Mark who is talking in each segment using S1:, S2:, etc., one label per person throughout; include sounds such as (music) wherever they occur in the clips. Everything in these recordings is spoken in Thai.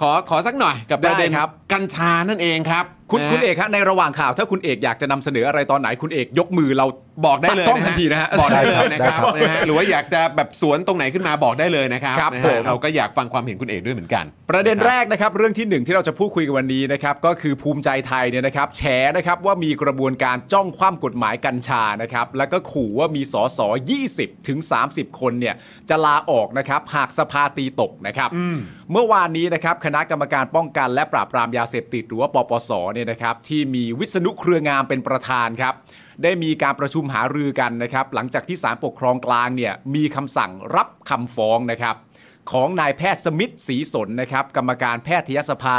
S1: ขอขอสักหน่อยกับป
S2: ได้
S1: ระเด็น
S2: ครับ
S1: กัญชานั่นเองครับ
S2: คุณ
S1: นะฮะ
S2: คุณเอกฮะในระหว่างข่าวถ้าคุณเอกอยากจะนำเสนออะไรตอนไหนคุณเอกยกมือเรา
S1: บอกได้เล
S2: ตักล้อง
S1: ยะฮะ
S2: ทันทีนะฮะ
S1: บอกได้เลยนะ
S3: ได้
S1: ครั
S3: ครั
S1: บบนะฮะหรือว่าอยากจะแบบสวนตรงไหนขึ้นมาบอกได้เลยนะครับ
S2: ครับ
S1: นะ
S2: ผ
S1: ฮะ
S2: ม
S1: เราก็อยากฟังความเห็นคุณเอกด้วยเหมือนกัน
S2: ประเด็น
S1: คบ
S2: แรกนะครับเรื่องที่หนึ่งที่เราจะพูดคุยกันวันนี้นะครับก็คือภูมิใจไทยเนี่ยนะครับแฉนะครับว่ามีกระบวนการจ้องคว่ำกฎหมายกัญชานะครับแล้วก็ขู่ว่ามีสส20 ถึง 30 คนเนี่ยจะลาออกนะครับหากสภาตีตกนะครับเมื่อวานนี้นะครับคณะกรรมการป้องกันและปราบปรามยาเสพติดหรือว่าปปสเนี่ยนะครับที่มีวิษณุเครืองามเป็นประธานครับ ได้มีการประชุมหารือกันนะครับหลังจากที่ศาลปกครองกลางเนี่ยมีคำสั่งรับคำฟ้องนะครับ ของนายแพทย์สมิทธ์ศรีสนนะครับ กรรมการแพทยสภา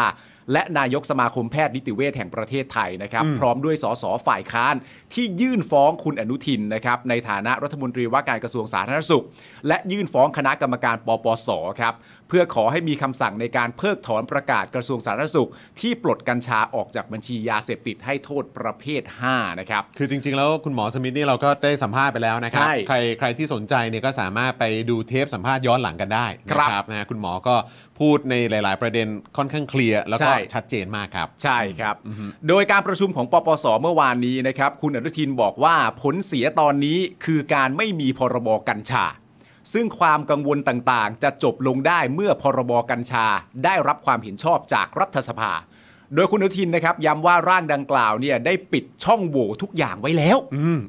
S2: และนายกสมาคมแพทย์นิติเวชแห่งประเทศไทยนะครับ พร้อมด้วยสสฝ่ายค้าน ที่ยื่นฟ้องคุณอนุทินนะครับ ในฐานะรัฐมนตรีว่าการกระทรวงสาธารณสุข และยื่นฟ้องคณะกรรมการปปสครับ เพื่อขอให้มีคำสั่งในการเพิกถอนประกาศกระทรวงสาธารณสุข ที่ปลดกัญชาออกจากบัญชียาเสพติดให้โทษประเภท 5 นะครับ
S1: คือจริงๆ แล้วคุณหมอสมิธนี่เราก็ได้สัมภาษณ์ไปแล้วนะครับ
S2: ใช่
S1: ใครใครที่สนใจเนี่ยก็สามารถไปดูเทปสัมภาษณ์ย้อนหลังกันได้นะครับ ครับนะคุณหมอก็พูดในหลายๆ ประเด็นค่อนข้างเคลียร์แล้วก็
S2: ใช่
S1: ชัดเจนมากครับ
S2: ใช่ครับ โดยการประชุมของปปส เมื่อวานนี้นะครับ คุณอนุทินบอกว่าผลเสียตอนนี้คือการไม่มีพรบกัญชา ซึ่งความกังวลต่างๆ จะจบลงได้เมื่อพรบกัญชา ได้รับความเห็นชอบจากรัฐสภา โดยคุณอนุทินนะครับย้ำว่าร่างดังกล่าวเนี่ยได้ปิดช่องโหว่ทุกอย่างไว้แล้ว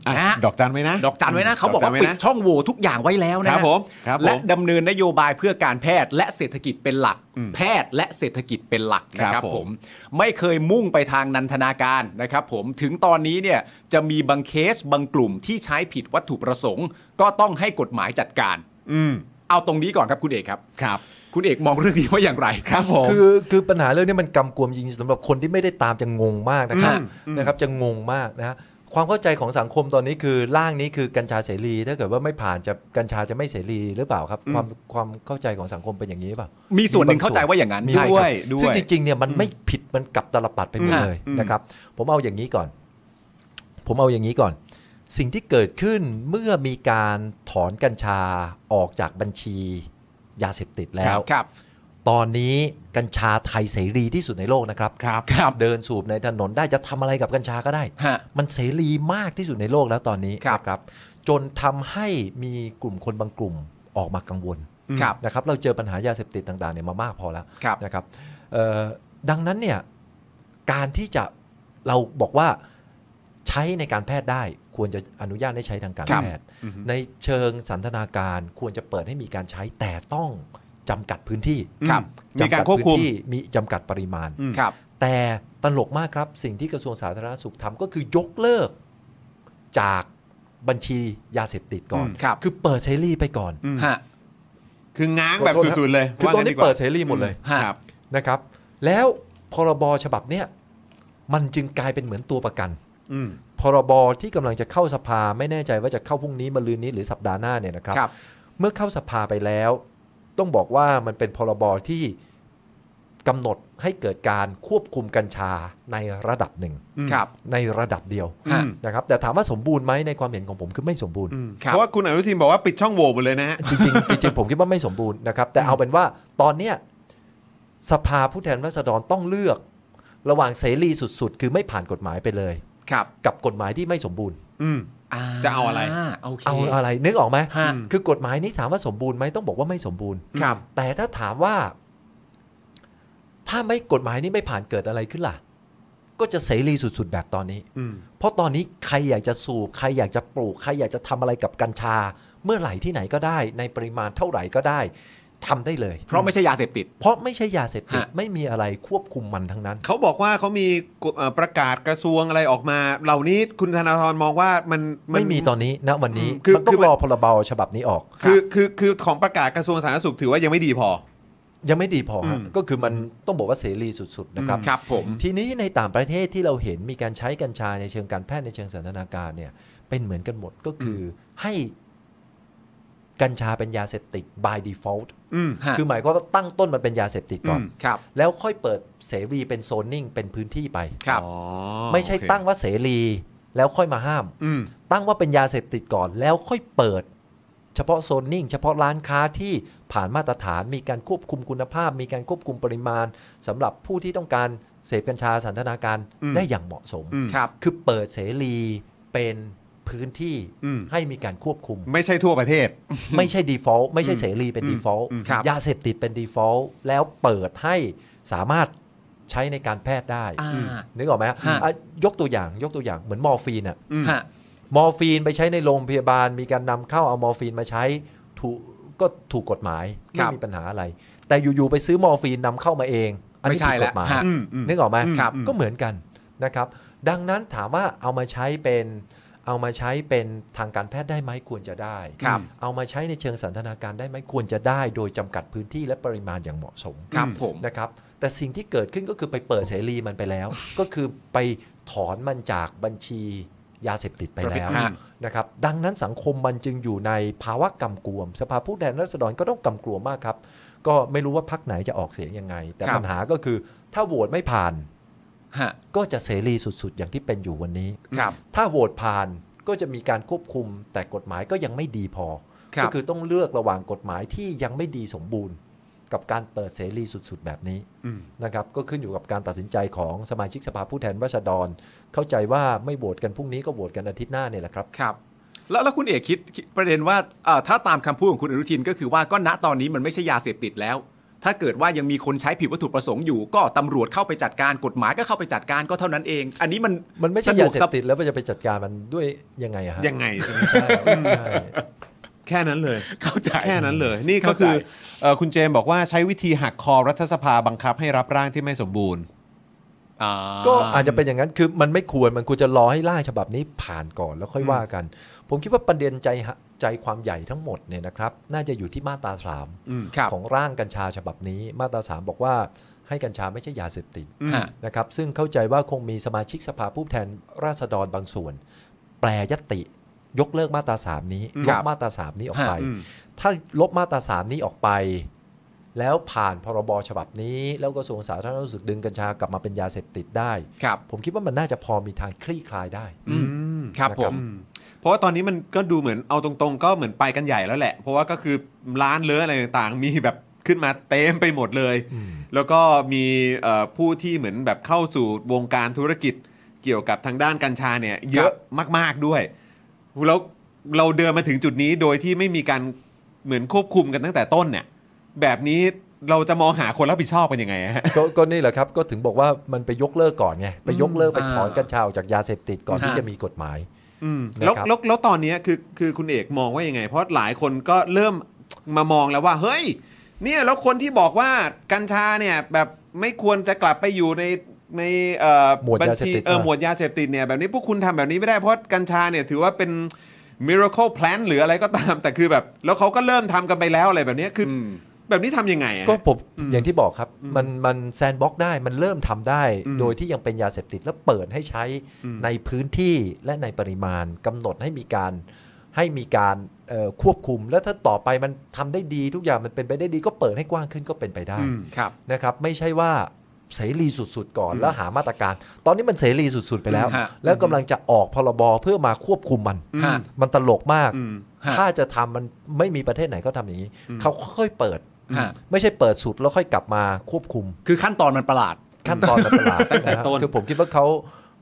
S1: อ่ะ
S2: นะฮะ
S1: ดอกจันไว้นะ
S2: (laughs) ดอกจันไว้นะเขาบอกว่า
S1: ดจัน
S2: ปิ
S1: ไนะ
S2: ดช่องโหว่ทุกอย่างไว้แล้วนะครับ
S1: ผมครับผม
S2: และดำเนินนโยบายเพื่อการแพทย์และเศรษฐกิจเป็นหลัก แพทย์และเศรษฐกิจเป็นหลักนะ
S1: ค
S2: ค
S1: รั
S2: รั
S1: บบ ผม
S2: ผม ไม่เคยมุ่งไปทางนันทนาการนะครับผมถึงตอนนี้เนี่ยจะมีบางเคสบางกลุ่มที่ใช้ผิดวัตถุประสงค์ ก็ต้องให้กฎหมายจัดการ
S1: อืม
S2: เอาตรงนี้ก่อนครับคุณเอกครับ
S1: ครับ
S2: คุณเอกมองเรื่องนี้ว่าอย่างไร
S1: ครับผม
S3: คือคือปัญหาเรื่องนี้มันกำกวมจริงๆสำหรับคนที่ไม่ได้ตามจะงงมากนะครับ
S2: อืม
S3: นะครับจะงงมากนะฮะความเข้าใจของสังคมตอนนี้คือร่างนี้คือกัญชาเสรี ถ้าเกิดว่าไม่ผ่านจะกัญชาจะไม่เสรีหรือเปล่าครับ ความความเข้าใจของสังคมเป็นอย่างนี้หรือเปล่า
S2: มีส่วนหนึ่งเข้าใจว่าอย่างนั้น
S3: มี
S2: ใช่
S1: ด้
S2: คว รับ
S1: ยด้วย
S3: ซึ่งจริงๆเนี่ยมันไม่ผิดมันกลับตลปัดไปหมด
S2: อืม
S3: เลยนะครับ ผมเอาอย่างนี้ก่อน ผมเอาอย่างนี้ก่อน สิ่งที่เกิดขึ้นเมื่อมีการถอนกัญชาออกจากบัญชียาเสพติดแล้ว
S2: ครับ
S3: ตอนนี้กัญชาไทยเสรีที่สุดในโลกนะครับ
S1: ครับ
S2: ครับ
S3: เดินสูบในถนนได้จะทำอะไรกับกัญชาก็ได้
S2: ฮะ
S3: มันเสรีมากที่สุดในโลกแล้วตอนนี้
S2: ครับ
S3: นะครับ จนทำให้มีกลุ่มคนบางกลุ่มออกมากังวล
S2: ครับ
S3: นะครับ เราเจอปัญหายาเสพติดต่างๆเนี่ยมามากพอแล้ว
S2: ครับ
S3: นะครับเอ่อดังนั้นเนี่ยการที่จะเราบอกว่าใช้ในการแพทย์ได้ ควรจะอนุญาตให้ใช้ทางการ
S2: ครับ
S3: แพทย์ ในเชิงสันทนาการควรจะเปิดให้มีการใช้แต่ต้องจำกัดพื้นที่
S2: ครับ
S1: มีการควบคุม
S3: จำกัดพื้นที่มีจำกัดปริมาณ
S2: ครับ
S3: แต่ตลกมากครับสิ่งที่กระทรวงสาธารณสุขทำก็คือยกเลิกจากบัญชียาเสพติดก่อน
S2: อืมครับ
S3: อเปิดเสรีไปก่อน
S2: ฮะ
S1: คือง้างแบบ
S3: ขอโทษ
S1: สุดๆเลย
S3: คือ
S1: ว่า
S3: ตอน
S1: งั้น
S3: นี้
S1: ดีกว่า
S3: เปิดเสรีหมดเลย
S2: ฮะ
S1: ครับ
S3: นะครับ แล้วพรบฉบับเนี้ยมันจึงกลายเป็นเหมือนตัวประกัน
S1: อืม
S3: พรบที่กำลังจะเข้าสภาไม่แน่ใจว่าจะเข้าพรุ่งนี้มะรืนนี้หรือสัปดาห์หน้าเนี่ยนะครับ
S2: ครับ
S3: เมื่อเข้าสภาไปแล้ว ต้องบอกว่ามันเป็นพรบที่กำหนดให้เกิดการควบคุมกัญชาในระดับหนึ่ง
S2: ครับ
S3: ในระดับเดียว
S2: ฮะ
S3: นะครับแต่ถามว่าสมบูรณ์ไหมในความเห็นของผมคือไม่สมบูรณ์
S2: ครับ
S1: เพราะว่าคุณอนุทินบอกว่าปิดช่องโหว่หมดเลยนะฮะ
S3: จริงๆจริงๆผมคิดว่าไม่สมบูรณ์นะครับแต่เอาเป็นว่าตอนเนี้ยสภาผู้แทนราษฎรต้องเลือก ระหว่างเสรีสุดๆ คือไม่ผ่านกฎหมายไปเลย
S2: ครับ
S3: กับกฎหมายที่ไม่สมบูรณ์
S1: อืม จะเอาอะไร
S2: โอเค
S3: เอาอะไรนึกออกไหม
S2: ฮะ
S3: คือกฎหมายนี้ถามว่าสมบูรณ์ไหมต้องบอกว่าไม่สมบูรณ์
S2: ครับ
S3: แต่ถ้าถามว่า ถ้าไม่กฎหมายนี้ไม่ผ่านเกิดอะไรขึ้นล่ะ ก็จะเสรีสุดๆ แบบตอนนี้
S1: อืม
S3: เพราะตอนนี้ใครอยากจะสูบ ใครอยากจะปลูก ใครอยากจะทำอะไรกับกัญชา เมื่อไหร่ที่ไหนก็ได้ ในปริมาณเท่าไหร่ก็ได้ทำได้เลย
S2: เพราะไม่ใช่ยาเสพติด
S3: เพราะไม่ใช่ยาเสพติด
S2: ฮะ
S3: ไม่มีอะไรควบคุมมันทั้งนั้น
S1: เขาบอกว่าเขามีกฎเอ่อประกาศกระทรวงอะไรออกมา เหล่านี้คุณธนาธรมองว่ามันน
S3: ไม่มีตอนนี้ณวันนี้
S1: อืมคือ
S3: มันต้อ
S1: คือ
S3: ง
S1: มัน
S3: รอพรบฉบับนี้ออก
S1: คือคือคือของประกาศกระทรวงสาธารณสุขถือว่ายังไม่ดีพอ
S3: ยังไม่ดีพอฮะ
S1: อืม
S3: ก็คือมันต้องบอกว่าเสรีสุดๆนะครับ
S2: ครับผม
S3: ทีนี้ในต่างประเทศที่เราเห็นมีการใช้กัญชาในเชิงการแพทย์ในเชิงสันทนาการเนี่ยเป็นเหมือนกันหมดก็คืออให้กัญชาเป็นยาเสพติด by default
S1: อืม
S2: ฮะ
S3: คือหมายความว่าตั้งต้นมันเป็นยาเสพติดก่อน
S1: อืม
S2: ครับ
S3: แล้วค่อยเปิดเสรีเป็นโซนนิ่งเป็นพื้นที่ไป
S2: ครับ
S1: อ๋อ
S3: ไม่ใช่
S1: โอเค
S3: ตั้งว่าเสรีแล้วค่อยมาห้าม
S1: อืม
S3: ตั้งว่าเป็นยาเสพติดก่อนแล้วค่อยเปิด เฉพาะโซนนิ่ง เฉพาะร้านค้าที่ ผ่านมาตรฐาน มีการควบคุมคุณภาพ มีการควบคุมปริมาณสำหรับผู้ที่ต้องการเสพกัญชาสันทนาการ
S1: อืม
S3: ได้อย่างเหมาะสม
S1: อืม
S2: ครับ
S3: คือเปิดเสรีเป็นพื้นที่
S1: อืม
S3: ให้มีการควบคุม
S1: ไม่ใช่ทั่วประเทศ
S3: ไม่ใช่ default ไม่ใช่
S1: อืม
S3: เสรีเป็น
S1: อืม
S3: default
S2: อืมครับ
S3: ยาเสพติดเป็น default แล้วเปิดให้สามารถใช้ในการแพทย์ได้ นึกออกไหมฮะ
S2: ฮะ
S3: อ่ะยกตัวอย่างยกตัวอย่างเหมือนมอร์ฟีนอะ
S1: อืม
S2: ฮะ
S3: มอร์ฟีนไปใช้ในโรงพยาบาล มีการนำเข้าเอามอร์ฟีนมาใช้ถูกก็ถูกกฎหมาย
S2: ครั
S3: ไม่
S2: บ
S3: มีปัญหาอะไร แต่อยู่ๆไปซื้อมอร์ฟีนนำเข้ามาเอง อันนี้
S2: ไม่ใช่
S3: ผิดกฎหมาย
S2: แล้วฮะ
S1: อืมอืม
S3: นึกออกไหม
S1: ครับ
S3: ก็เหมือนกันนะครับ ดังนั้นถามว่าเอามาใช้เป็นเอามาใช้เป็นทางการแพทย์ได้ไหมควรจะได้
S2: ครับ
S3: เอามาใช้ในเชิงสันทนาการได้ไหมควรจะได้โดยจำกัดพื้นที่และปริมาณอย่างเหมาะสม
S2: ครับผม
S3: นะครับ แต่สิ่งที่เกิดขึ้นก็คือไปเปิดเสรีมันไปแล้ว
S2: (laughs)
S3: ก็คือไปถอนมันจากบัญชียาเสพติดไปแล้ว
S2: ฮะ
S3: นะครับ ดังนั้นสังคมมันจึงอยู่ในภาวะกำกวม สภาผู้แทนราษฎรก็ต้องกำกวมมากครับ ก็ไม่รู้ว่าพักไหนจะออกเสียงยังไง แต่
S2: ครับ
S3: ปัญหาก็คือถ้าโหวตไม่ผ่าน
S2: ฮะ
S3: ก็จะเสรีสุดๆ อย่างที่เป็นอยู่วันนี้
S2: ครับ
S3: ถ้าโหวตผ่านก็จะมีการควบคุม แต่กฎหมายก็ยังไม่ดีพอ
S2: ครับ
S3: ก็คือต้องเลือกระหว่างกฎหมายที่ยังไม่ดีสมบูรณ์ กับการเปิดเสรีสุดๆ แบบนี้
S1: อืม
S3: นะครับก็ขึ้นอยู่กับการตัดสินใจของสมาชิกสภาผู้แทนราษฎร เข้าใจว่าไม่โหวตกันพรุ่งนี้ก็โหวตกันอาทิตย์หน้าเนี่ยแหละครับ
S2: ครับ แล้วแล้วคุณเอกคิดคิดประเด็นว่าเอ่อถ้าตามคำพูดของคุณอนุทินก็คือว่าก็ณตอนนี้มันไม่ใช่ยาเสพติดแล้ว ถ้าเกิดว่ายังมีคนใช้ผิดวัตถุประสงค์อยู่ ก็ตำรวจเข้าไปจัดการกฎหมายก็เข้าไปจัดการก็เท่านั้นเอง อันนี้มัน
S3: มันไม่
S2: สะ
S3: ใช่
S2: ด
S3: ยาว
S2: ก
S3: เสพ
S2: สบ
S3: ติดแล้วมันจะไปจัดการมันด้วยยังไงอะฮะ
S1: ยังไงใช่ไหม
S3: ใช่ใช่
S1: แค่นั้นเลย
S2: เข้าใจ
S1: แค่นั้นเลย นี่ก็คือ
S2: เข้าใจ
S1: เอ่อคุณเจมส์บอกว่าใช้วิธีหักคอรัฐสภาบังคับให้รับร่างที่ไม่สมบูรณ์
S2: อ่า
S3: ก็อาจจะเป็นอย่างนั้นคือมันไม่ควรมันควรจะรอให้ร่างฉบับนี้ผ่านก่อนแล้วค่อยว่ากัน ผมคิดว่าประเด็นใจฮะใจความใหญ่ทั้งหมดเนี่ยนะครับ น่าจะอยู่ที่มาตราสาม
S1: อืม
S2: ครับ
S3: ของร่างกัญชาฉบับนี้ มาตราสามบอกว่าให้กัญชาไม่ใช่ยาเสพติด
S1: อืม
S2: ฮะ
S3: นะครับ ซึ่งเข้าใจว่าคงมีสมาชิกสภาผู้แทนราษฎรบางส่วน แปรยติยกเลิกมาตราสามนี้
S2: ค
S3: ล
S2: รั
S3: บบ มาตราสามนี้ออกไป
S1: อืม
S3: ถ้าลบมาตราสามนี้ออกไป แล้วผ่านพรบฉบับนี้ แล้วกระทรวงสาธารณสุขดึงกัญชากลับมาเป็นยาเสพติดได้
S2: ครับ
S3: ผมคิดว่ามันน่าจะพอมีทางคลี่คลายได้
S2: อืม
S1: อืม
S2: ครับ
S3: นะ
S2: ผ
S3: ครับ
S2: ม
S1: อืมเพราะว่าตอนนี้มันก็ดูเหมือนเอาตรงๆ ก็เหมือนไปกันใหญ่แล้วแหละ เพราะว่าก็คือร้านเลื้ออะไรต่างๆ มีแบบขึ้นมาเต็มไปหมดเลย แล้วก็มีเอ่อผู้ที่เหมือนแบบเข้าสู่วงการธุรกิจเกี่ยวกับทางด้านกัญชาเนี่ยเยอะมากๆด้วยแล้วเราเดินมาถึงจุดนี้โดยที่ไม่มีการเหมือนควบคุมกันตั้งแต่ต้นเนี่ยแบบนี้เราจะมองหาคนรับผิดชอบกันยังไงฮะ
S3: ก็ก็นี่แหละครับก็ถึงบอกว่ามันไปยกเลิกก่อนไงไปยกเลิกไปถอน
S2: อ่า
S3: กัญชาออกจากยาเสพติดก่อน
S2: ฮะ
S3: ที่จะมีกฎหมาย
S1: อืม
S3: นะ
S1: แล้ว
S3: ครับ
S1: แล้วแล้วตอนเนี้ยคือคือคุณเอกมองว่ายังไง เพราะหลายคนก็เริ่มมามองแล้วว่า เฮ้ย เนี่ยแล้วคนที่บอกว่ากัญชาเนี่ยแบบไม่ควรจะกลับไปอยู่ในในเอ่อ
S3: หมวด
S1: บัญ
S3: ยาเสพ
S1: ชี
S3: ติด
S1: เออ
S3: อ่ะ
S1: หมวดยาเสพติดเนี่ยแบบนี้พวกคุณทำแบบนี้ไม่ได้เพราะกัญชาเนี่ยถือว่าเป็น miracle plant หรืออะไรก็ตาม แต่คือแบบ แล้วเขาก็เริ่มทำกันไปแล้วอะไรแบบเนี้ยคืออ
S2: อืม
S1: แบบนี้ทำยังไงอะ
S3: ก็ผมอย่างที่บอกครับมันมันแซนบ็อกได้มันเริ่มทำได้
S1: อืม
S3: โดยที่ยังเป็นยาเสพติดแล้วเปิดให้ใช้
S1: อืม
S3: ในพื้นที่และในปริมาณกำหนดให้มีการให้มีการเอ่อควบคุม แล้วถ้าต่อไปมันทำได้ดีทุกอย่างมันเป็นไปได้ดีก็เปิดให้กว้างขึ้นก็เป็นไปได้
S1: อืม
S2: ครับ
S3: นะครับไม่ใช่ว่าเสรีสุดๆ ก่อนแล้วหามาตรการ ตอนนี้มันเสรีสุดๆ ไปแล้ว
S2: ฮะ
S3: แล้วกำลังจะออกพรบเพื่อมาควบคุมมัน
S1: อืม
S2: ฮะ
S3: มันตลกมาก
S1: อืม
S2: ฮะ
S3: ถ้าจะทำมันไม่มีประเทศไหนก็ทำอย่างนี้
S1: อืม
S3: เขาค่อยๆเปิด
S2: ฮะ
S3: ไม่ใช่เปิดสุดแล้วค่อยกลับมาควบคุม
S2: คือขั้นตอนมันประหลาด
S3: ขั้น
S2: (laughs)
S3: ตอนมันตลาด
S1: ตั้งแต่
S3: นะฮะ
S1: ต้น
S3: คือผมคิดว่าเขา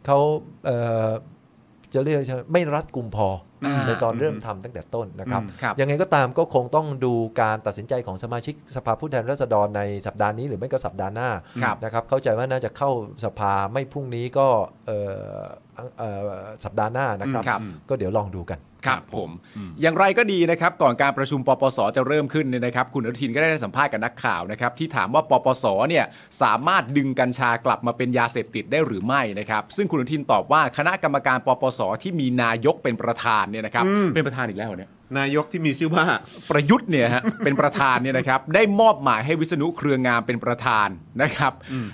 S3: เขาเอ่อจะเรียกใช่ไหมไม่รัดกุมพออ
S2: ม
S3: ในตอนเริ่มทำตั้งแต่ต้นนะครับ
S2: อืมครับ
S3: ยังไงก็ตามก็คงต้องดูการตัดสินใจของสมาชิกสภาผู้แทนราษฎรในสัปดาห์นี้หรือไม่ก็สัปดาห์หน้า
S2: ครับ
S3: นะครับ เข้าใจว่าน่าจะเข้าสภาไม่พรุ่งนี้ก็เอ่อเอ่อสัปดาห์หน้านะครับ
S2: ครับ
S3: ก็เดี๋ยวลองดูกัน
S2: ครับผมอย่างไรก็ดีนะครับ ก่อนการประชุมปปสจะเริ่มขึ้นเนี่ยนะครับ คุณอนุทินก็ได้ให้สัมภาษณ์กับนักข่าวนะครับ ที่ถามว่าปปสเนี่ยสามารถดึงกัญชากลับมาเป็นยาเสพติดได้หรือไม่นะครับ ซึ่งคุณอนุทินตอบว่าคณะกรรมการปปสที่มีนายกเป็นประธานเนี่ยนะครับ
S1: อืม
S2: เป็นประธานอีกแล้วเหรอเนี่ย
S1: นายกที่มีชื่อว่า
S2: ประยุทธ์เนี่ยฮะ เป็นประธานเนี่ยนะครับได้มอบหมายให้วิษณุเครืองามเป็นประธานนะครับ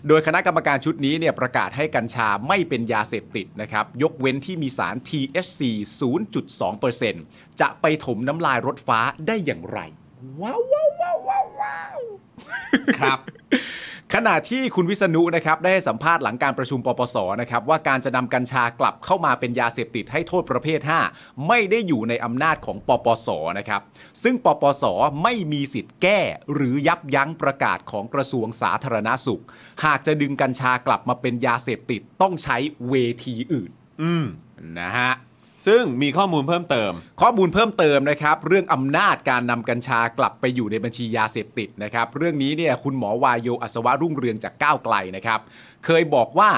S2: โดยคณะกรรมการชุดนี้เนี่ยประกาศให้กัญชาไม่เป็นยาเสพติดนะครับ ยกเว้นที่มีสาร THC 0.2%จะไปถมน้ำลายรถฟ้าได้อย่างไร ว้าวว้าวว้าวว้าว
S1: ครับ
S2: ขณะที่คุณวิษณุนะครับได้ให้สัมภาษณ์หลังการประชุมปปสนะครับว่าการจะนำกัญชากลับเข้ามาเป็นยาเสพติดให้โทษประเภท 5 ไม่ได้อยู่ในอำนาจของปปสนะครับซึ่งปปสไม่มีสิทธิ์แก้หรือยับยั้งประกาศของกระทรวงสาธารณาสุข หากจะดึงกัญชากลับมาเป็นยาเสพติดต้องใช้เวทีอื่น
S1: อืม
S2: นะฮะ
S1: ซึ่งมีข้อมูลเพิ่มเติม
S2: ข้อมูลเพิ่มเติมนะครับ เรื่องอำนาจการนำกัญชากลับไปอยู่ในบัญชียาเสพติดนะครับ เรื่องนี้เนี่ยคุณหมอวายโยอัศวะรุ่งเรืองจากก้าวไกลนะครับ เคยบอกว่า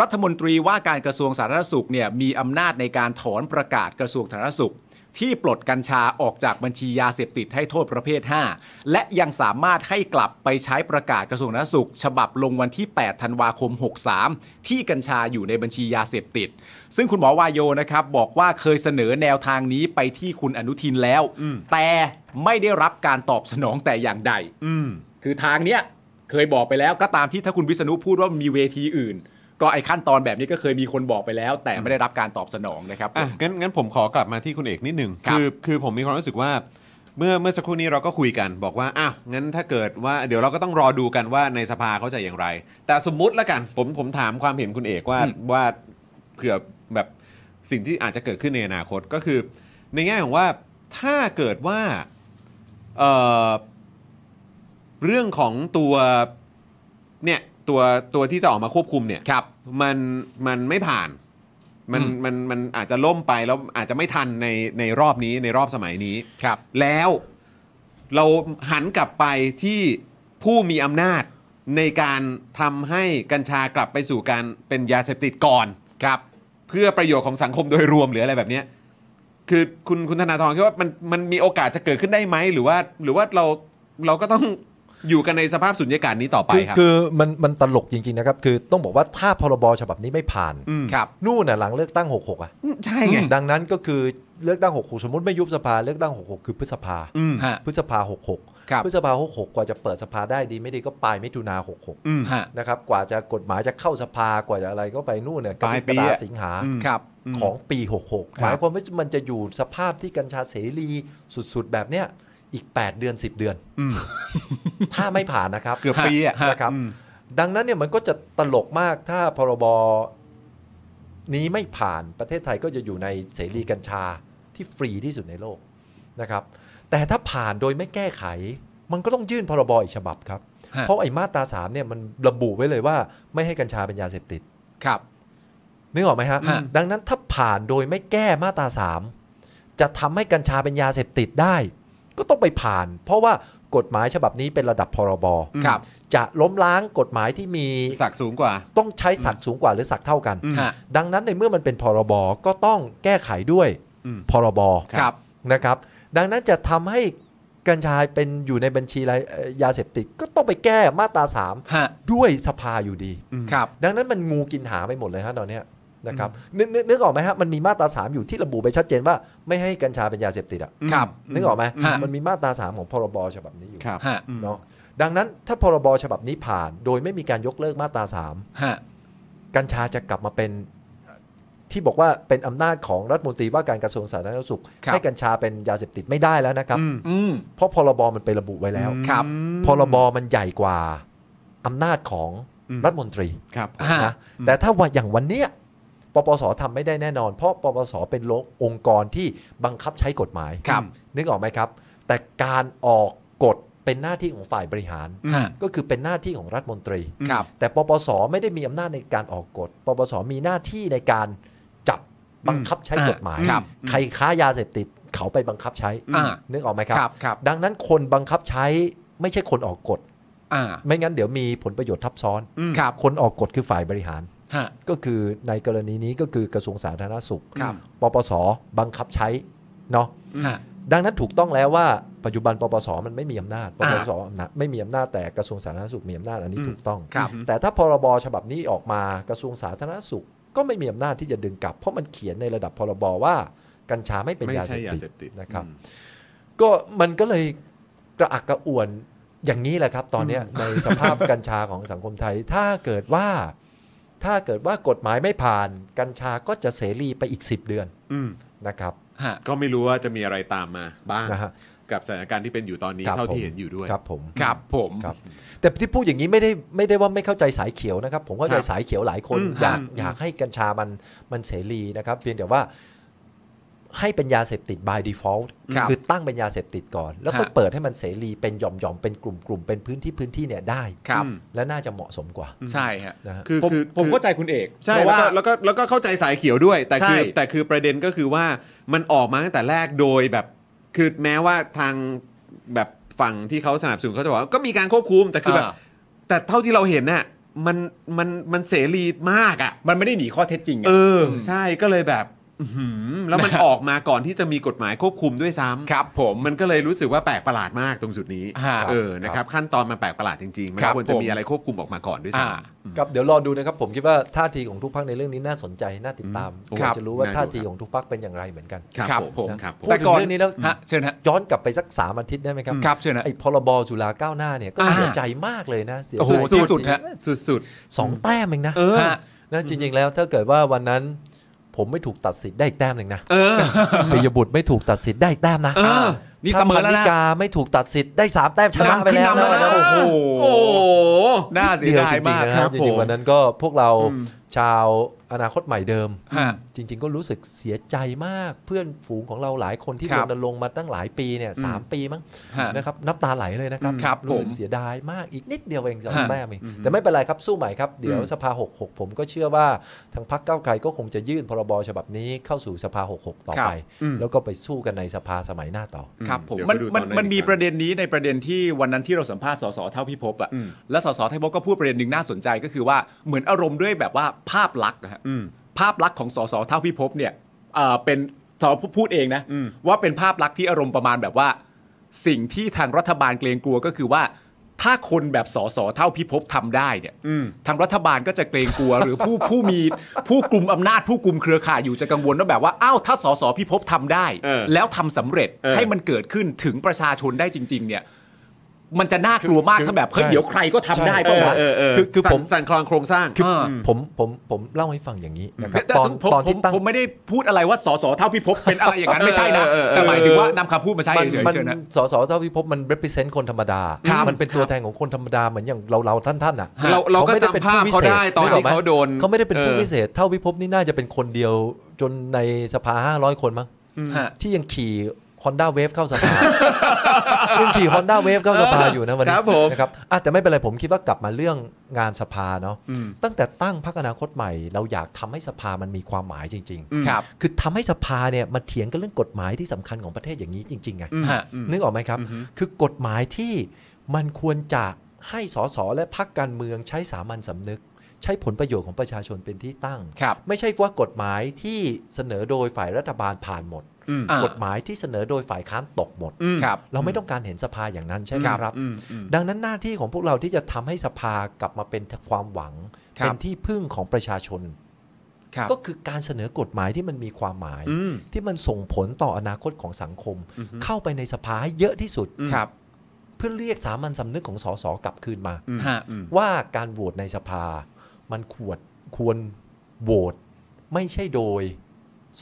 S2: รัฐมนตรีว่าการกระทรวงสาธารณสุขเนี่ยมีอำนาจในการถอนประกาศกระทรวงสาธารณสุข ที่ปลดกัญชาออกจากบัญชียาเสพติดให้โทษประเภท 5 และยังสามารถให้กลับไปใช้ประกาศกระทรวงสาธารณสุข ฉบับลงวันที่ 8 ธันวาคม 63 ที่กัญชาอยู่ในบัญชียาเสพติด ซึ่งคุณหมอวายโยนะครับบอกว่าเคยเสนอแนวทางนี้ไปที่คุณอนุทินแล้ว แต่ไม่ได้รับการตอบสนองแต่อย่างใด
S1: อืม
S2: คือทางเนี้ยเคยบอกไปแล้วก็ตามที่ถ้าคุณวิษณุพูดว่ามีเวทีอื่น ก็ไอ้ขั้นตอนแบบนี้ก็เคยมีคนบอกไปแล้ว แต่ไม่ได้รับการตอบสนองนะครับ
S1: อ่ะงั้นงั้นผมขอกลับมาที่คุณเอกนิดหนึ่ง
S2: ครับ
S1: อคือผมมีความรู้สึกว่า เมื่อเมื่อสักครู่นี้เราก็คุยกัน บอกว่าอ้าวงั้นถ้าเกิดว่าเดี๋ยวเราก็ต้องรอดูกันว่าในสภาเขาจะอย่างไร แต่สมมุติละกันผมผมถามความเห็นคุณเอกว่า
S2: อืม
S1: ว่าเผื่อแบบสิ่งที่อาจจะเกิดขึ้นในอนาคตก็คือ ในแง่ของว่าถ้าเกิดว่าเอ่อเรื่องของตัวเนี่ยตัวตัวที่จะออกมาควบคุมเนี่ย
S2: ครับ
S1: มันมันไม่ผ่าน มัน
S2: อืม
S1: มันมันอาจจะล่มไปแล้วอาจจะไม่ทันในในรอบนี้ในรอบสมัยนี้
S2: ครับ
S1: แล้วเราหันกลับไปที่ผู้มีอำนาจในการทำให้กัญชากลับไปสู่การเป็นยาเสพติดก่อน
S2: ครับ
S1: เพื่อประโยชน์ของสังคมโดยรวมหรืออะไรแบบเนี้ยคือคุณคุณธนาธรคิดว่ามันมันมีโอกาสจะเกิดขึ้นได้ไหมหรือว่า หรือว่าเราเราก็ต้องอยู่กันในสภาพสุญญากาศนี้ต่อไป
S3: คือ
S1: ครับ
S3: คือมันมันตลกจริงๆนะครับ คือต้องบอกว่าถ้าพรบฉบับนี้ไม่ผ่าน
S1: อืม
S2: ครับ
S3: นู่นน่ะหลังเลือกตั้ง 66อ่ะ
S1: ใช่ไง
S3: ดังนั้นก็คือเลือกตั้ง 66 สมมติไม่ยุบสภาเลือกตั้ง 66 คือพฤษภา
S1: อืม
S2: ฮะ
S3: พฤษภา 66
S2: ครับ
S3: พฤษภา 66 กว่าจะเปิดสภาได้ดีไม่ดีก็ปลายมิถุนา66
S1: อืม
S2: ฮะ
S3: นะครับ กว่าจะกฎหมายจะเข้าสภากว่าจะอะไรก็ไปนู่นเนี่ย
S1: ปลายปี
S3: กรกฎ
S1: อะ
S3: สิงหา
S1: อืม
S2: ครับ
S1: อืม
S3: ของปี
S1: ครั
S3: 66
S1: บ
S3: หมายความว่ามันจะอยู่สภาพที่กัญชาเสรีสุดๆ แบบเนี้ยอีก 8 เดือน 10 เดือน
S1: อืม
S3: ถ้าไม่ผ่านนะครับ
S1: เกือบปีอ่ะ
S3: นะครับ
S1: อืม
S3: ดังนั้นเนี่ยมันก็จะตลกมากถ้าพรบนี้ไม่ผ่านประเทศไทยก็จะอยู่ในเสรีกัญชาที่ฟรีที่สุดในโลกนะครับ แต่ถ้าผ่านโดยไม่แก้ไข มันก็ต้องยื่นพรบอีกฉบับครับ
S2: ฮะ
S3: เพราะไอ้มาตราสามเนี่ยมันระบุไว้เลยว่าไม่ให้กัญชาเป็นยาเสพติด
S2: ครับ
S3: นึกออกไหมฮะ
S2: ฮะ
S3: ดังนั้นถ้าผ่านโดยไม่แก้มาตราสามจะทำให้กัญชาเป็นยาเสพติดได้ ก็ต้องไปผ่าน เพราะว่ากฎหมายฉบับนี้เป็นระดับพรบ
S1: อืม
S2: ครับ
S3: จะล้มล้างกฎหมายที่มี
S1: สักสูงกว่า
S3: ต้องใช้สักสูงกว่าหรือสักเท่ากัน
S1: อืม
S2: ฮะ
S3: ดังนั้นในเมื่อมันเป็นพรบก็ต้องแก้ไขด้วย
S1: อืม
S3: พรบ
S2: ครับ
S3: นะครับ ดังนั้นจะทำให้กัญชาเป็นอยู่ในบัญชีรายเอ่อยาเสพติดก็ต้องไปแก้มาตราสาม
S2: ฮะ
S3: ด้วยสภาอยู่ดี
S2: ครับ
S3: ดังนั้นมันงูกินหางไปหมดเลยฮะตอนเนี้ยนะครับนึกนึกนึกออกไหมฮะมันมีมาตราสามอยู่ที่ระบุไปชัดเจนว่าไม่ให้กัญชาเป็นยาเสพติดอ่ะ
S2: ครับ
S3: นึกออกไหม
S2: ฮะ
S3: มันมีมาตราสามของพรบฉบับนี้อยู่
S1: ครับ
S2: ฮะ
S1: อืม
S3: เนาะดังนั้นถ้าพรบฉบับนี้ผ่าน โดยไม่มีการยกเลิกมาตราสาม
S2: ฮะ
S3: กัญชาจะกลับมาเป็นที่บอกว่าเป็นอำนาจของรัฐมนตรีว่าการกระทรวงสาธารณสุข
S2: ครับ
S3: ให้กัญชาเป็นยาเสพติดไม่ได้แล้วนะครับ
S1: อืม
S2: อืม
S3: เพราะพรบมันไประบุไว้แล้ว
S2: ครับ
S1: อืม
S3: พรบมันใหญ่กว่าอำนาจของ
S1: อืม
S3: รัฐมนตรี
S1: ครับ
S2: ฮะ
S3: นะแต่ถ้าวันอย่างวันเนี้ยปปสทำไม่ได้แน่นอน เพราะปปสเป็นโลกองค์กรที่บังคับใช้กฎหมาย
S2: ครับ
S3: นึกออกไหมครับ แต่การออกกฎเป็นหน้าที่ของฝ่ายบริหาร
S2: ฮะ
S3: ก็คือเป็นหน้าที่ของรัฐมนตรี
S2: ครับ
S3: แต่ปปสไม่ได้มีอำนาจในการออกกฎปปสมีหน้าที่ในการจับบังคับใช้กฎหมาย
S2: ครับ
S3: ใครค้ายาเสพติดเขาไปบังคับใช้
S2: อ่า
S3: นึกออกไหมค
S2: ครั
S3: รับ
S2: ครับ
S3: ดังนั้นคนบังคับใช้ไม่ใช่คนออกกฎ
S2: อ่า
S3: ไม่งั้นเดี๋ยวมีผลประโยชน์ทับซ้อน
S2: ครับ
S3: คนออกกฎคือฝ่ายบริหาร
S2: ฮะ
S3: ก็คือในกรณีนี้ก็คือกระทรวงสาธารณสุข
S2: ครับ
S3: ปปส บังคับใช้เนาะ
S2: ฮะ
S3: ดังนั้นถูกต้องแล้วว่าปัจจุบันปปส มันไม่มีอำนาจ ป
S2: อ่า
S3: ปสอำนาจไม่มีอำนาจแต่กระทรวงสาธารณสุขมีอำนาจอันนี้
S1: อืม
S3: ถูกต้อง
S2: ครับ
S3: แต่ถ้าพรบฉบับนี้ออกมากระทรวงสาธารณสุข ก็ไม่มีอำนาจที่จะดึงกลับ เพราะมันเขียนในระดับพรบว่ากัญชาไม่เป็น
S1: ไม่
S3: ยาเส
S1: ใช่
S3: พ
S1: ยาเส
S3: ติด
S1: พติด
S3: นะครับ
S1: อืม
S3: ก็มันก็เลยกระอักกระอ่วนอย่างนี้แหละครับ ตอนเนี้ยในสภาพกัญชาของสังคมไทย ถ้าเกิดว่า ถ้าเกิดว่ากฎหมายไม่ผ่าน กัญชาก็จะเสรีไปอีก 10 เดือน
S1: อืม
S3: นะครับ
S2: ฮะ
S1: ก็ไม่รู้ว่าจะมีอะไรตามมาบ้าง
S3: นะฮะ
S1: กับสถานการณ์ที่เป็นอยู่ตอนนี้
S3: ครับ
S1: เท่า
S3: ผม
S1: ที่เห็นอยู่ด้วย
S3: ครับผม
S2: ครับผม
S3: ครับ แต่ที่พูดอย่างนี้ไม่ได้ไม่ได้ว่าไม่เข้าใจสายเขียวนะครับ ผมเข้าใจ
S1: ครับ
S3: สายเขียวหลายคน
S1: อืม
S3: อยาก
S1: อืม
S3: อยากให้กัญชามันมันเสรีนะครับ เพียงแต่ว่าให้เป็นยาเสพติด by default
S2: ครับ
S3: คือตั้งเป็นยาเสพติดก่อน แล้วก็
S2: ฮะ
S3: เปิดให้มันเสรีเป็นหย่อมหย่อมๆเป็นกลุ่มกลุ่มๆเป็นพื้นที่พื้นที่เนี่ยได้
S2: ครับ
S1: อืม
S3: และน่าจะเหมาะสมกว่า
S2: ใช่ฮะ
S3: นะฮะ
S1: คือ
S2: ผม
S1: คือ
S2: ผม
S1: คือ
S2: เข้าใจคุณเอก
S1: ใช่
S2: เพ
S1: แล้
S2: ราะ
S1: ว
S2: ว่า
S1: ก็แล้วก็แล้วก็เข้าใจสายเขียวด้วย แต่คือ
S2: ใช่
S1: แต่คือประเด็นก็คือว่ามันออกมาตั้งแต่แรกโดยแบบคือแม้ว่าทางแบบฝั่งที่เขาสนับสนุนเขาจะบอกว่าก็มีการควบคุมแต่คือแบบ
S2: อ่า
S1: แต่เท่าที่เราเห็นน่ะมันมันมันเสรีมากอ่ะ
S2: มันไม่ได้หนีข้อเท็จจริงไง
S1: เอออ
S2: ม
S1: ใช่ก็เลยแบบอื้อหือแล้วมันออกมาก่อนที่จะมีกฎหมายควบคุมด้วยซ้ำ
S2: ครับผม
S1: มันก็เลยรู้สึกว่าแปลกประหลาดมากตรงจุดนี้
S2: ฮะ
S1: เออนะครับขั้นตอนมันแปลกประหลาดจริงๆมัน
S2: ครับ
S1: ควรจะ
S2: ผม
S1: มีอะไรควบคุมออกมาก่อนด้วยซ
S2: อ่า
S1: ้ำ
S3: ครับเดี๋ยวรอดูนะครับผมคิดว่าท่าทีของทุกพักในเรื่องนี้น่าสนใจน่าติดตาม
S1: อืม
S3: อยากจะรู้ว่า
S1: ครับ
S3: ท่าทีของทุกพักเป็นอย่างไรเหมือนกัน
S1: ครับผม
S3: นะ
S1: ครับผม
S3: พูดถึงเรื่องนี้แล้ว
S2: ฮะเชิญฮะ
S3: ย้อนกลับไปสักสามอาทิตย์ได้ไหมครับ
S2: ครับเชิญฮะ
S3: ไอ้พรบจุฬาก้าวหน้าเนี่ยก็
S1: อ่า
S3: เสียใจมากเลยนะเสีย
S2: โอ้โห
S3: ใจ
S2: ที่สุดฮะ
S1: สุด
S3: สองแต้มเองนะ
S1: ๆ เออ
S2: ฮะ
S3: นะจริงๆแล้วถ้าเกิดว่าวันนั้นผมไม่ถูกตัดสิทธิ์ได้อีกแต้มหนึ่ง
S2: (laughs)
S3: นะ
S1: เออ
S3: ปิยบุตรไม่ถูกตัดสิทธิ์ได้อีกแต้มนะ
S1: เออ
S2: นี่เสมอแล้วนะ
S3: ถ้าพรรณิกาไม่ถูกตัดสิทธิ์ได้สามแต้มชนะไปแล้ว
S2: ขึ้นำแล้วนะ
S3: นะ
S2: โอ้
S3: โอ้
S2: โห
S3: โห
S1: โอ้โห
S2: น่าเสียดายมาก
S3: เดี
S2: คว รับ
S3: จ
S2: ผ
S3: ริ
S2: ม
S3: งๆนะจริงๆวันนั้นก็พวกเรา
S1: อืม
S3: ชาวอนาคตใหม่เดิม
S2: ฮะ
S3: จริง ๆ ก็รู้สึกเสียใจมากเพื่อนฝูงของเราหลายคนที่
S2: ครั
S3: ร
S2: บ
S3: ณรงค์มาตั้งหลายปีเนี่ยสามปีมั้ง
S2: ฮะ
S3: นะครับน้ำตาไหลเลยนะครับ
S2: ครับ
S3: รู้สึ
S2: ผ
S3: ก
S2: ม
S3: เสียดายมากอีกนิดเดียวเองสอง
S2: ฮะ
S3: แต้มเองแต่ไม่เป็นไรครับสู้ใหม่ครับ เดี๋ยวสภา 66 ผมก็เชื่อว่าทางพรรคก้าวไกลก็คงจะยื่นพรบฉบับนี้เข้าสู่สภา 66 ต่อไป
S1: อืม
S3: แล้วก็ไปสู้กันในสภาสมัยหน้าต่อ
S2: ครับผม
S1: เดี๋ยว
S2: มัน
S1: ก็ดูตอ
S2: มัน
S1: อีก
S2: มันมี
S1: คง
S2: ประเด็นนี้ในประเด็นที่วันนั้นที่เราสัมภาษณ์สสเท่าพิภพอ่ะ
S1: อืม
S2: และสสเท่าพิภพก็พูดประเด็นหนึ่งน่าสนใจก็คือว่าเหมือนอารมณ์ด้วยแบบว่าภาพลักษณ์นะฮะ
S1: อืม
S2: ภาพลักษณ์ของสสเท่าพิภพเนี่ยเอ่อเป็นสสพูดเองนะ
S1: อืม
S2: ว่าเป็นภาพลักษณ์ที่อารมณ์ประมาณแบบว่า สิ่งที่ทางรัฐบาลเกรงกลัวก็คือว่า ถ้าคนแบบสสเท่าพิภพทำได้เนี่ย
S1: อืม
S2: ทางรัฐบาลก็จะเกรงกลัว (laughs) หรือผู้ผู้มีผู้กลุ่มอำนาจผู้กลุ่มเครือข่ายอยู่จะกังวลว่าแบบว่าอ้าวถ้าสสพิภพทำได้
S1: เออ
S2: แล้วทำสำเร็จให้มันเกิดขึ้นถึงประชาชนได้จริง ๆ เนี่ย มันจะน่ากลัวมากถ้าแบบเฮ้ย
S3: ใช่
S2: เดี๋ยวใครก็ทำได้
S1: เอ
S2: ปะ
S1: อ
S2: วะ
S1: เออเออ
S3: คือคือ
S1: สั่น
S3: ผม
S1: สั่นคลอนโครงสร้าง
S2: คืออื
S3: ผมผมผมเล่าให้ฟังอย่างนี้นะครับ
S2: แต่
S3: ตอน
S2: ผม
S3: ตอน
S2: ผม
S3: ที่ตั้ง
S2: ผมไม่ได้พูดอะไรว่าสสเท่าพิภพเป็นอะไรอย่างนั้นไม่ใช่นะ
S1: เออเออเออ
S2: แต่หมายถึงว่านำคำพูดมาใช้
S3: มัน
S2: เฉย
S3: มั
S2: ๆ
S3: น
S2: เชิญนะ
S3: สสเท่าพิภพมัน represent คนธรรมดา
S2: ครับ
S3: มันเป็นตัวแทนของคนธรรมดาเหมือนอย่างเราเราท่านท่านอ่ะ
S1: เราเราก็
S3: ไม่ได้ป็น
S1: จำภาพ
S3: ผู้วิ
S1: เขา
S3: ศษ
S1: ได้ตอน
S3: ก
S1: ที่
S3: กไหม
S1: เขาโดน
S3: เขาไม่ได้เป็นผู้
S1: ออ
S3: พิเศษ เท่าพิภพนี่น่าจะเป็นคนเดียวจนในสภา 500 คนมั้ง
S2: ฮะ
S3: ที่ยังขี่ Honda Wave เข้า
S1: (laughs)
S3: สภายังขี่ Honda Wave เข้าสภาอยู่นะวัน
S1: ค
S3: นี้
S1: รับผม
S3: นะครับอ่ะแต่ไม่เป็นไรผมคิดว่ากลับมาเรื่องงานสภาเนาะ
S1: อืม
S3: ตั้งแต่ตั้งพรรคอนาคตใหม่ เราอยากทำให้สภามันมีความหมายจริง ๆ
S1: อืม
S2: ครับ
S3: คือทำให้สภาเนี่ยมาเถียงกันเรื่องกฎหมายที่สำคัญของประเทศอย่างนี้จริงๆไง
S1: อืม
S2: ฮะ
S3: นึกออกไหมครับ คือกฎหมายที่มันควรจะให้สสและพักการเมืองใช้สามัญสำนึก ใช้ผลประโยชน์ของประชาชนเป็นที่ตั้ง
S2: ครับ
S3: ไม่ใช่ว่ากฎหมายที่เสนอโดยฝ่ายรัฐบาลผ่านหมด
S1: อืม
S2: อ่ะ
S3: กฎหมายที่เสนอโดยฝ่ายค้านตกหมด
S1: อืม
S2: ครับ
S3: เราไม่ต้องการเห็นสภาอย่างนั้นใช่ไหม
S2: ครับ
S3: ครับ
S1: อืมอืม
S3: ดังนั้นหน้าที่ของพวกเราที่จะทำให้สภากลับมาเป็นความหวัง
S2: ครับ
S3: เป็นที่พึ่งของประชาชน
S2: ครับ
S3: ก็คือการเสนอกฎหมายที่มันมีความหมาย
S1: อืม
S3: ที่มันส่งผลต่ออนาคตของสังคม เข้าไปในสภาให้เยอะที่สุด
S2: ครับ
S3: เพื่อเรียกสามัญสำนึกของสสกลับคืนมา
S1: อืม
S2: ฮะ
S1: อืม
S3: ว่าการโหวตในสภา มันควรควรโหวตไม่ใช่โดย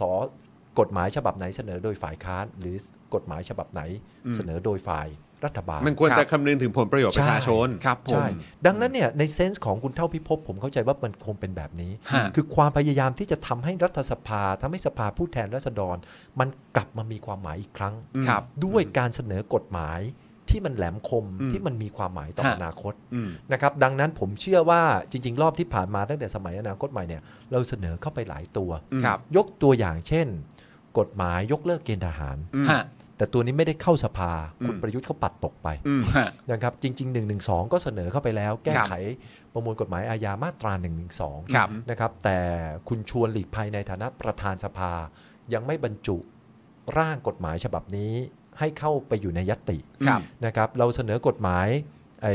S3: สกฎหมายฉบับไหนเสนอโดยฝ่ายค้าน หรือกฎหมายฉบับไหน
S1: อืม
S3: เสนอโดยฝ่ายรัฐบาล
S1: มันควร
S2: ครับ
S1: จะคำนึงถึงผลประโยชน์ประชาชน
S2: ครับผม
S3: ใช่ ดังนั้นเนี่ยในเซนส์ของคุณเท่าพิภพผมเข้าใจว่ามันคงเป็นแบบนี้
S2: ฮะ
S3: คือความพยายามที่จะทำให้รัฐสภาทำให้สภาผู้แทนราษฎร มันกลับมามีความหมายอีกครั้ง
S2: ครับ
S3: ด้วยการเสนอกฎหมายที่มันแหลมคม
S1: อืม
S3: ที่มันมีความหมายต่อ
S2: ฮะ
S3: อนาคต
S1: อืม
S3: นะครับดังนั้นผมเชื่อว่าจริง ๆ รอบที่ผ่านมาตั้งแต่สมัยอนาคตใหม่เนี่ยเราเสนอเข้าไปหลายตัว
S2: ครับ
S3: ยกตัวอย่างเช่น กฎหมายยกเลิกเกณฑ์ทหาร
S1: อืม
S2: ฮะ
S3: แต่ตัวนี้ไม่ได้เข้าสภาคุณ
S1: อืม
S3: ประยุทธ์เขาปัดตกไป
S1: อืม
S2: ฮะ
S3: นะครับจริง ๆ1นึก็เสนอเข้าไปแล้ว แก้
S2: ครับ
S3: ไขประมวลกฎหมายอาญามาตรา1นึ
S2: ครับ
S3: นะครับแต่คุณชวนหลีกภัยในฐานะประธานสภา ยังไม่บรรจุร่างกฎหมายฉบับนี้ให้เข้าไปอยู่ในยตติ
S2: ครับ
S3: นะครับเราเสนอกฎหมายไอ้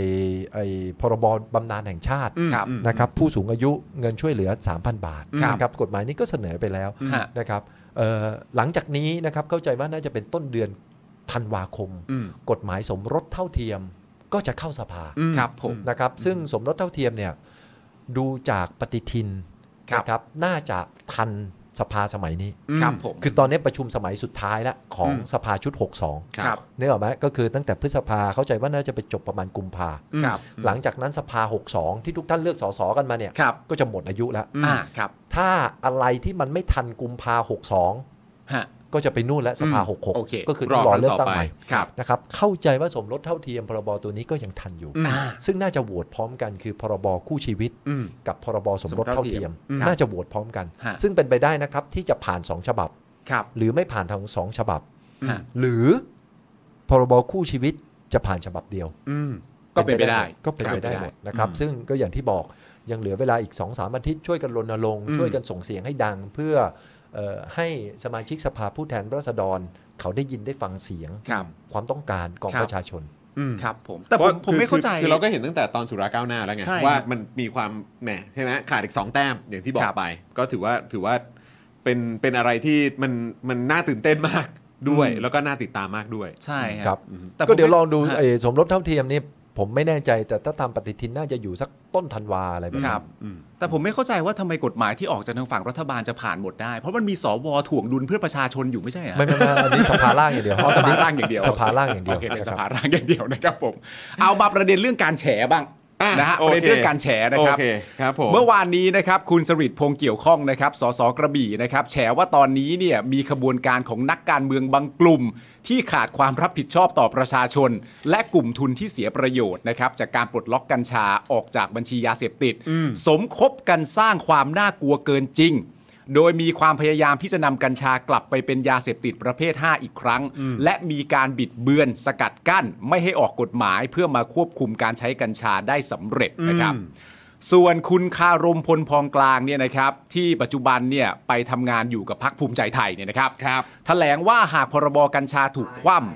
S3: ไอ้พรบบำนาญแห่งชาติ
S1: อืม
S2: ครับ
S1: อืม
S3: นะครับผู้สูงอายุเงินช่วยเหลือ 3,000 บาท
S1: ครับ
S3: นะครับกฎหมายนี้ก็เสนอไปแล้ว
S2: ฮะ
S3: นะครับเอ่อหลังจากนี้นะครับเข้าใจว่าน่าจะเป็นต้นเดือนธันวาคม
S1: อืม
S3: กฎหมายสมรสเท่าเทียมก็จะเข้าสภา
S1: อืม
S2: ครับผม
S3: นะครับ ซึ่งสมรสเท่าเทียมเนี่ยดูจากปฏิทิน
S2: ครับ
S3: นะครับน่าจะทัน สภาสมัยนี้
S1: อืม
S2: ครับผม
S3: คือตอนนี้ประชุมสมัยสุดท้ายละของ
S1: อืม
S3: สภาชุด 62
S2: ครับ
S3: เนี่ยหรอกไหมก็คือตั้งแต่พฤษภาเข้าใจว่าน่าจะไปจบประมาณกุมภา
S1: อืม
S2: ครับ
S3: หลังจากนั้นสภา 62 ที่ทุกท่านเลือกสสกันมาเนี่ย
S2: ครับ
S3: ก็จะหมดอายุแล้ว
S1: อืม
S2: อ่า ครับ
S3: ถ้าอะไรที่มันไม่ทันกุมภา62
S2: ฮะ
S3: ก็จะไปนู่นแล้วสภา
S1: อืม
S3: 66
S2: โอเค
S3: ก็คือต้องรอเลือกตั้งใหม่
S1: รอครั้งต่อไป
S2: ครับ
S3: นะครับเข้าใจว่าสมรสเท่าเทียมพรบตัวนี้ก็ยังทันอยู่
S1: อืม
S2: อ่า
S3: ซึ่งน่าจะโหวตพร้อมกันคือพรบคู่ชีวิต
S1: อืม
S3: กับพรบสมรสเท่าเทียม
S1: อืม
S3: น่าจะโหวตพร้อมกัน
S2: ฮะ
S3: ซึ่งเป็นไปได้นะครับที่จะผ่านสองฉบับ
S2: ครับ
S3: หรือไม่ผ่านทั้งสองฉบับ
S2: ฮะ
S3: หรือพรบคู่ชีวิตจะผ่านฉบับเดียว
S1: อืม
S2: ก็เป็นไปได้
S3: ก็เป็นไปได้
S2: ครับ
S3: หมดนะครับ
S2: อืม
S3: ซึ่งก็อย่างที่บอกยังเหลือเวลาอีก2อสามอาทิตย์ช่วยกันรณรงค์
S1: อืม
S3: ช่วยกันส่งเสียงให้ดัง เพื่อเอ่อให้สมาชิกสภาผู้แทนราษฎร เขาได้ยินได้ฟังเสียง
S2: ครับ
S3: ความต้องการของ
S2: ครับ
S3: ประชาชน
S1: อืม
S2: ครับผม แต่ผมผมไม่เข้าใจ
S1: คือคือเราก็เห็นตั้งแต่ตอนสุราก้าวหน้าแล้วไง
S2: ใช่
S1: ว่า
S2: ครับ
S1: มันมีความแหมใช่ไหมขาดอีก 2 แต้มอย่างที่บอ
S2: ครั
S1: ก
S2: บ
S1: ไป ก็ถือว่าถือว่าเป็นเป็นอะไรที่มันมันน่าตื่นเต้นมากด้วย
S2: อืม
S1: แล้วก็น่าติดตามมากด้วย
S2: ใช่ฮะ
S3: ครับ
S1: อืม
S2: แต่ผม
S3: ก็เดี๋ยวลองดู
S2: ฮะ
S3: ไอ้สมรสเท่าเทียมนี่ผมไม่แน่ใจแต่ถ้าตามปฏิทินน่าจะอยู่สักต้นธันวาอะไรแบ
S2: ค
S3: บ
S2: รั
S3: นี้
S2: บ
S1: อืม
S2: แต่ผมไม่เข้าใจว่าทำไมกฎหมายที่ออกจากทางฝั่งรัฐบาลจะผ่านหมดได้ เพราะมันมีสวถ่วงดุลเพื่อประชาชนอยู่ไม่ใช่เหรอ
S3: ไม่ไม่ไม่อันนี้สภาล่างอย่างเดียว
S2: เอาสภาร่างอย่างเดียว
S3: สภาร่างอย่างเดียว
S2: โอเคเป็นส
S3: นะครับ
S2: ภาร่างอย่างเดียวนะครับผม เอามาประเด็นเรื่องการแฉบ้าง
S1: อ่ะ
S2: นะฮะ
S1: โอ
S2: ประ
S1: เค
S2: เด็นเรื่องการแฉนะ
S1: โอ
S2: ครับ
S1: เคครับผม
S2: เมื่อวานนี้นะครับคุณสริตพงษ์เกี่ยวข้องนะครับสสกระบี่นะครับแฉว่าตอนนี้เนี่ยมีขบวนการของนักการเมืองบางกลุ่ม ที่ขาดความรับผิดชอบต่อประชาชน และกลุ่มทุนที่เสียประโยชน์นะครับจากการปลดล็อกกัญชาออกจากบัญชียาเสพติด
S1: อืม
S2: สมคบกันสร้างความน่ากลัวเกินจริง โดยมีความพยายามที่จะนำกัญชากลับไปเป็นยาเสพติดประเภท 5 อีกครั้ง และมีการบิดเบือนสกัดกั้น ไม่ให้ออกกฎหมายเพื่อมาควบคุมการใช้กัญชาได้สำเร็จนะครับ ส่วนคุณคารมพลพองกลางเนี่ยนะครับ ที่ปัจจุบันเนี่ยไปทำงานอยู่กับพักภูมิใจไทยเนี่ยนะครับ
S1: ครับ
S2: แถลงว่าหากพรบกัญชาถูกคว่ำ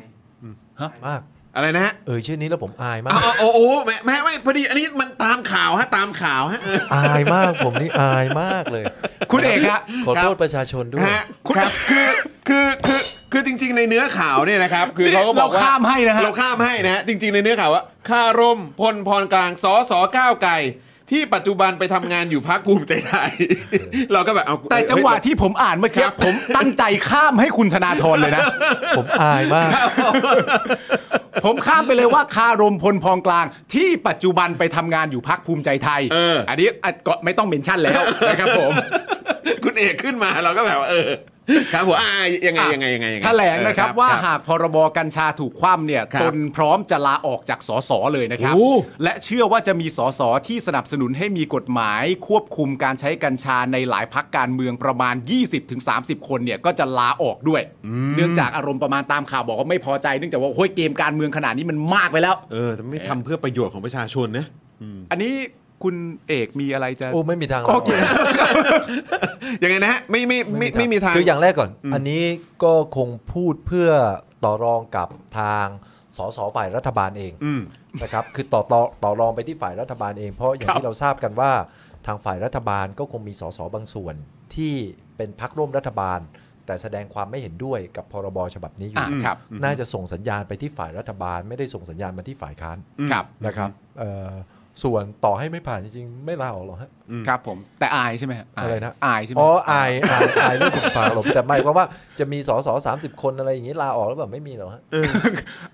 S3: มาก
S1: อะไรนะฮะ
S3: เออชื่อนี้แล้วผมอายมา
S1: อ้าก วโอ้โหแหม่แหม่ไม่พอดีอันนี้มันตามข่าวฮะตามข่าวฮะเออ
S3: อายมากผมนี่อายมากเลย
S2: คุณเอกฮะ
S3: ขอโทษประชาชนด้วย
S1: ฮะครับคือคือคือคือจริง ๆ ในเนื้อข่าวเนี่ยนะครับ คือเขาก็บอกว่า
S2: เราข้ามให้นะฮะ
S1: เราข้ามให้นะฮะ จริง ๆ ในเนื้อข่าวว่าข้าร่มพลพรกลางสอสอก้าวไกลที่ปัจจุบันไปทำงานอยู่พักภูมิใจไทย (laughs) เราก็แบบเอา
S2: แต่จังหวะ
S1: เอ้ย
S2: ที่ผมอ่านเมื่อกี้
S1: ครับ
S2: ผมตั้งใจข้ามให้คุณธนาธรเลยนะ
S3: ผมอายมาก
S2: (laughs) ผมข้ามไปเลยว่าคารมพลพองกลาง ที่ปัจจุบันไปทำงานอยู่พักภูมิใจไทย
S1: เอออั
S2: นนี้อ่ะก็ไม่ต้องเมนชั่นแล้วนะครับผม
S1: (laughs) คุณเอกขึ้นมาเราก็แบบว่าเออ ครับผมอ่ายังไง
S2: อ่ะ
S1: ยังไงยังไงยังไง
S2: แถลงนะครับ
S1: เออ
S2: ว่าหากพรบกัญชาถูกคว่ำเนี่ย
S1: ครับ
S2: ตนพร้อมจะลาออกจากสสเลยนะครับ
S1: โอ้
S2: และเชื่อว่าจะมีสสที่สนับสนุนให้มีกฎหมายควบคุมการใช้กัญชาในหลายพักการเมืองประมาณ 20-30 คนเนี่ยก็จะลาออกด้วย เนื่องจากอารมณ์ประมาณตามข่าวบอกว่าไม่พอใจเนื่องจากว่าโอ้ยเกมการเมืองขนาดนี้มันมากไปแล้ว
S1: เออแต่ไม่ทำเพื่อประโยชน์ของประชาชนนะ (laughs)
S2: อันนี้คุณเอกมีอะไรจะ
S3: โอ้ไม่มีทาง
S2: โอเค
S1: ยังไงนะฮะไม่ไม่ไม่ไม่มีทาง
S3: คืออย่างแรกก่อน อันนี้ก็คงพูดเพื่อต่อรองกับทางสสฝ่ายรัฐบาลเอง
S1: อืม
S3: นะครับ คือต่อต่อต่อรองไปที่ฝ่ายรัฐบาลเอง เพราะอย่างที่เราทราบกันว่าทางฝ่ายรัฐบาลก็คงมีสสบางส่วน ที่เป็นพักร่วมรัฐบาล แต่แสดงความไม่เห็นด้วยกับพรบฉบับนี้อยู่
S2: อ่าครับ
S3: น่าจะส่งสัญญาณไปที่ฝ่ายรัฐบาล ไม่ได้ส่งสัญญาณมาที่ฝ่ายค้าน
S2: ครับ
S3: นะครับเอ่อส่วนต่อให้ไม่ผ่านจริงๆ ไม่ลาออกหรอกฮะ
S2: ครับผมแต่อายใช่ไหมฮาย
S3: อะไรนะ
S2: อายใช่ไหม
S3: อ๋ออายอายอายเรื่องคุณฟังหรอกแต่หมายความว่าจะมีสอสอสามสิบคนอะไรอย่างนี้ลาออกแล้วแบบไม่มีหรอกฮะ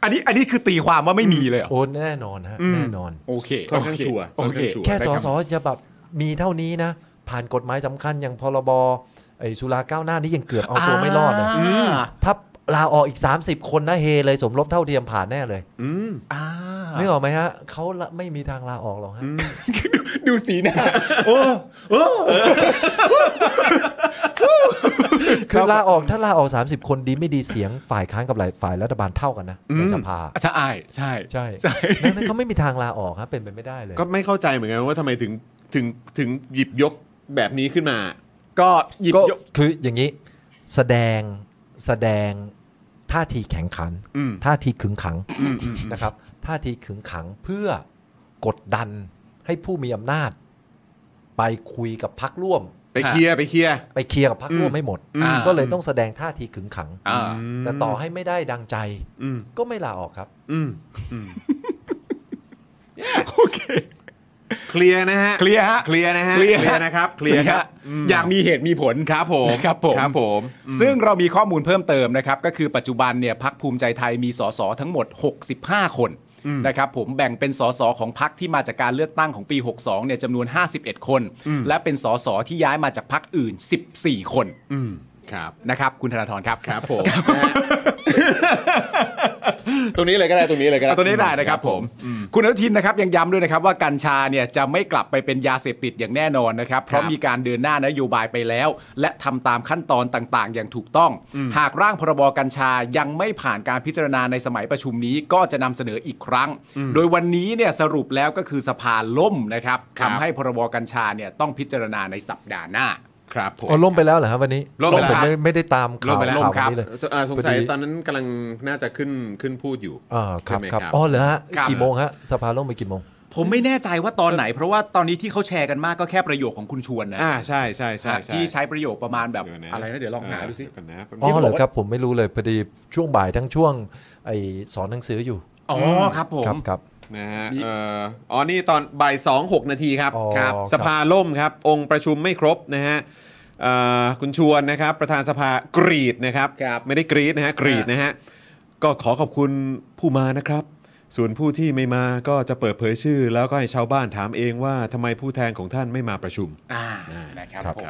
S2: อันนี้อันนี้คือตีความว่าไม่มีเลยเหรอ
S3: โอ้แน่นอนฮะ
S1: อืม
S3: แน่นอน
S2: โอเค
S1: ค่อนข้างชัวร์
S2: โอเค
S1: ค่อนข้างชัวร์
S3: แค่สอสอจะแบบมีเท่านี้นะ ผ่านกฎหมายสำคัญอย่างพรบไอ้สุราก้าวหน้านี่ยังเกือบเอาตัวไม่รอดนะ
S2: อืม
S3: ถ้าลาออกอีก 30 คนนะเฮเลยสมรบเท่าเทียมผ่านแน่เลย
S1: อืม
S2: อ่า
S3: นึกออกไหมฮะเขาละไม่มีทางลาออกหรอกฮะ
S2: ดูสีหน้าโอ้
S3: คือลาออกถ้าลาออก 30 คนดีไม่ดีเสียงฝ่ายค้านกับฝ่ายรัฐบาลเท่ากันนะในสภา
S2: ใช่ ใช่
S3: ใช่
S2: ใช่
S3: ดังนั้นเขาไม่มีทางลาออกครับเป็นไปไม่ได้เลย
S1: ก็ไม่เข้าใจเหมือนกันว่าทำไมถึงถึงถึงหยิบยกแบบนี้ขึ้นมา
S2: ก็หยิบ
S3: ก็
S2: ยก
S3: คืออย่างนี้แสดงแสดงท่าทีแข็งขัน
S1: อืม
S3: ท่าทีขึงขัง
S1: อืมอืมอืม
S3: นะครับ ท่าทีขึงขังเพื่อกดดันให้ผู้มีอำนาจ ไปคุยกับพักร่วม
S1: ไปเคลียร์ไปเคลียร์
S3: ไปเคลียร์กับพักร่วม
S1: อืม
S3: ให้หมด
S2: อ่า
S3: ก็เลยต้องแสดงท่าทีขึงขัง
S2: อ่า
S3: แต่ต่อให้ไม่ได้ดังใจ
S1: อืม
S3: ก็ไม่ลาออกครับ
S1: อืมอืม
S2: โอเค
S1: เคลียร์นะฮะ
S2: เคลียร์ฮะ
S1: เคลียร์นะฮะ
S2: เคลียร์
S1: นะครับเคลียร์ครับม
S2: อย่างมีเหตุมีผล
S1: ครับผม
S2: ครับผม
S1: ครับผมอืม
S2: ซึ่งเรามีข้อมูลเพิ่มเติมนะครับก็คือปัจจุบันเนี่ยพักภูมิใจไทยมีสสทั้งหมด 65 คน
S1: อืม
S2: นะครับผมแบ่งเป็นสสของพักที่มาจากการเลือกตั้งของปี 62เนี่ยจำนวน 51 คน
S1: อืม
S2: และเป็นสสที่ย้ายมาจากพักอื่น 14 คน
S1: อืมครับ
S2: นะครับคุณธนาธรครับ
S1: ครับผมนะฮะตรงนี้เลยก็ได้ตรงนี้เลยก็ได้
S2: เอาตัวนี้ได้นะครับผม คุณอนุทินนะครับยังย้ำด้วยนะครับว่ากัญชาเนี่ยจะไม่กลับไปเป็นยาเสพติดอย่างแน่นอนนะครับเพราะมีการเดินหน้านโยบายไปแล้ว และทำตามขั้นตอนต่างๆ อย่างถูกต้อง หากร่างพรบกัญชายังไม่ผ่านการพิจารณาในสมัยประชุมนี้ก็จะนำเสนออีกครั้ง โดยวันนี้เนี่ยสรุปแล้วก็คือสภาล่มนะครับทำให้พรบกัญชาเนี่ยต้องพิจารณาในสัปดาห์หน้า
S1: ครับผม
S3: อ๋อล่มไปแล้วเหรอครับวันนี้
S1: ล่มไปแล้ว
S3: ผมไม่ได้ตามข่าว
S2: ล่มครั
S3: ข่า
S2: บ
S3: วนี้เลย
S1: เอ่อสงสัย
S3: พอดี
S1: ตอนนั้นกำลังน่าจะขึ้นขึ้นพูดอยู่
S3: อ่าครับ
S1: ใช่ไหม
S3: ครับ
S1: ครับ
S3: อ๋อเหรอฮะ
S2: ครับ
S3: กี่โมงฮะสภาล่มไปกี่โมง
S2: ผมไม่แน่ใจว่าตอนไหน เพราะว่าตอนนี้ที่เขาแชร์กันมากก็แค่ประโยคของคุณชวนนะ
S1: อ่าใช่ใช่ใช่
S2: ที่ใช้ประโยคประมาณแบบ
S1: เดี๋ยว
S2: อะไรนะเดี๋ยวลองหาดูสิ
S1: เยวก่อนนะแป๊บนึง
S3: อ๋อเหรอครับผมไม่รู้เลยพอดีช่วงบ่ายทั้งช่วงไอสอนหนังสืออยู่
S2: อ๋อครับผ
S3: ครั
S2: ม
S3: บครับ
S1: นะฮะ
S2: มี
S1: เอ่ออ๋อ นี่ตอนบ่ายสองหกนาทีครับ
S3: อ๋อครับ
S1: สภาล่มครับ องค์ประชุมไม่ครบนะฮะเอ่อคุณชวนนะครับ ประธานสภากรีดนะครับ
S2: ครับ
S1: ไม่ได้กรีดนะฮะ กรีดนะฮะ ก็ขอขอบคุณผู้มานะครับ ส่วนผู้ที่ไม่มาก็จะเปิดเผยชื่อ แล้วก็ให้ชาวบ้านถามเองว่าทำไมผู้แทนของท่านไม่มาประชุม
S2: านะครับ
S1: ครับค
S2: ผม
S1: รับ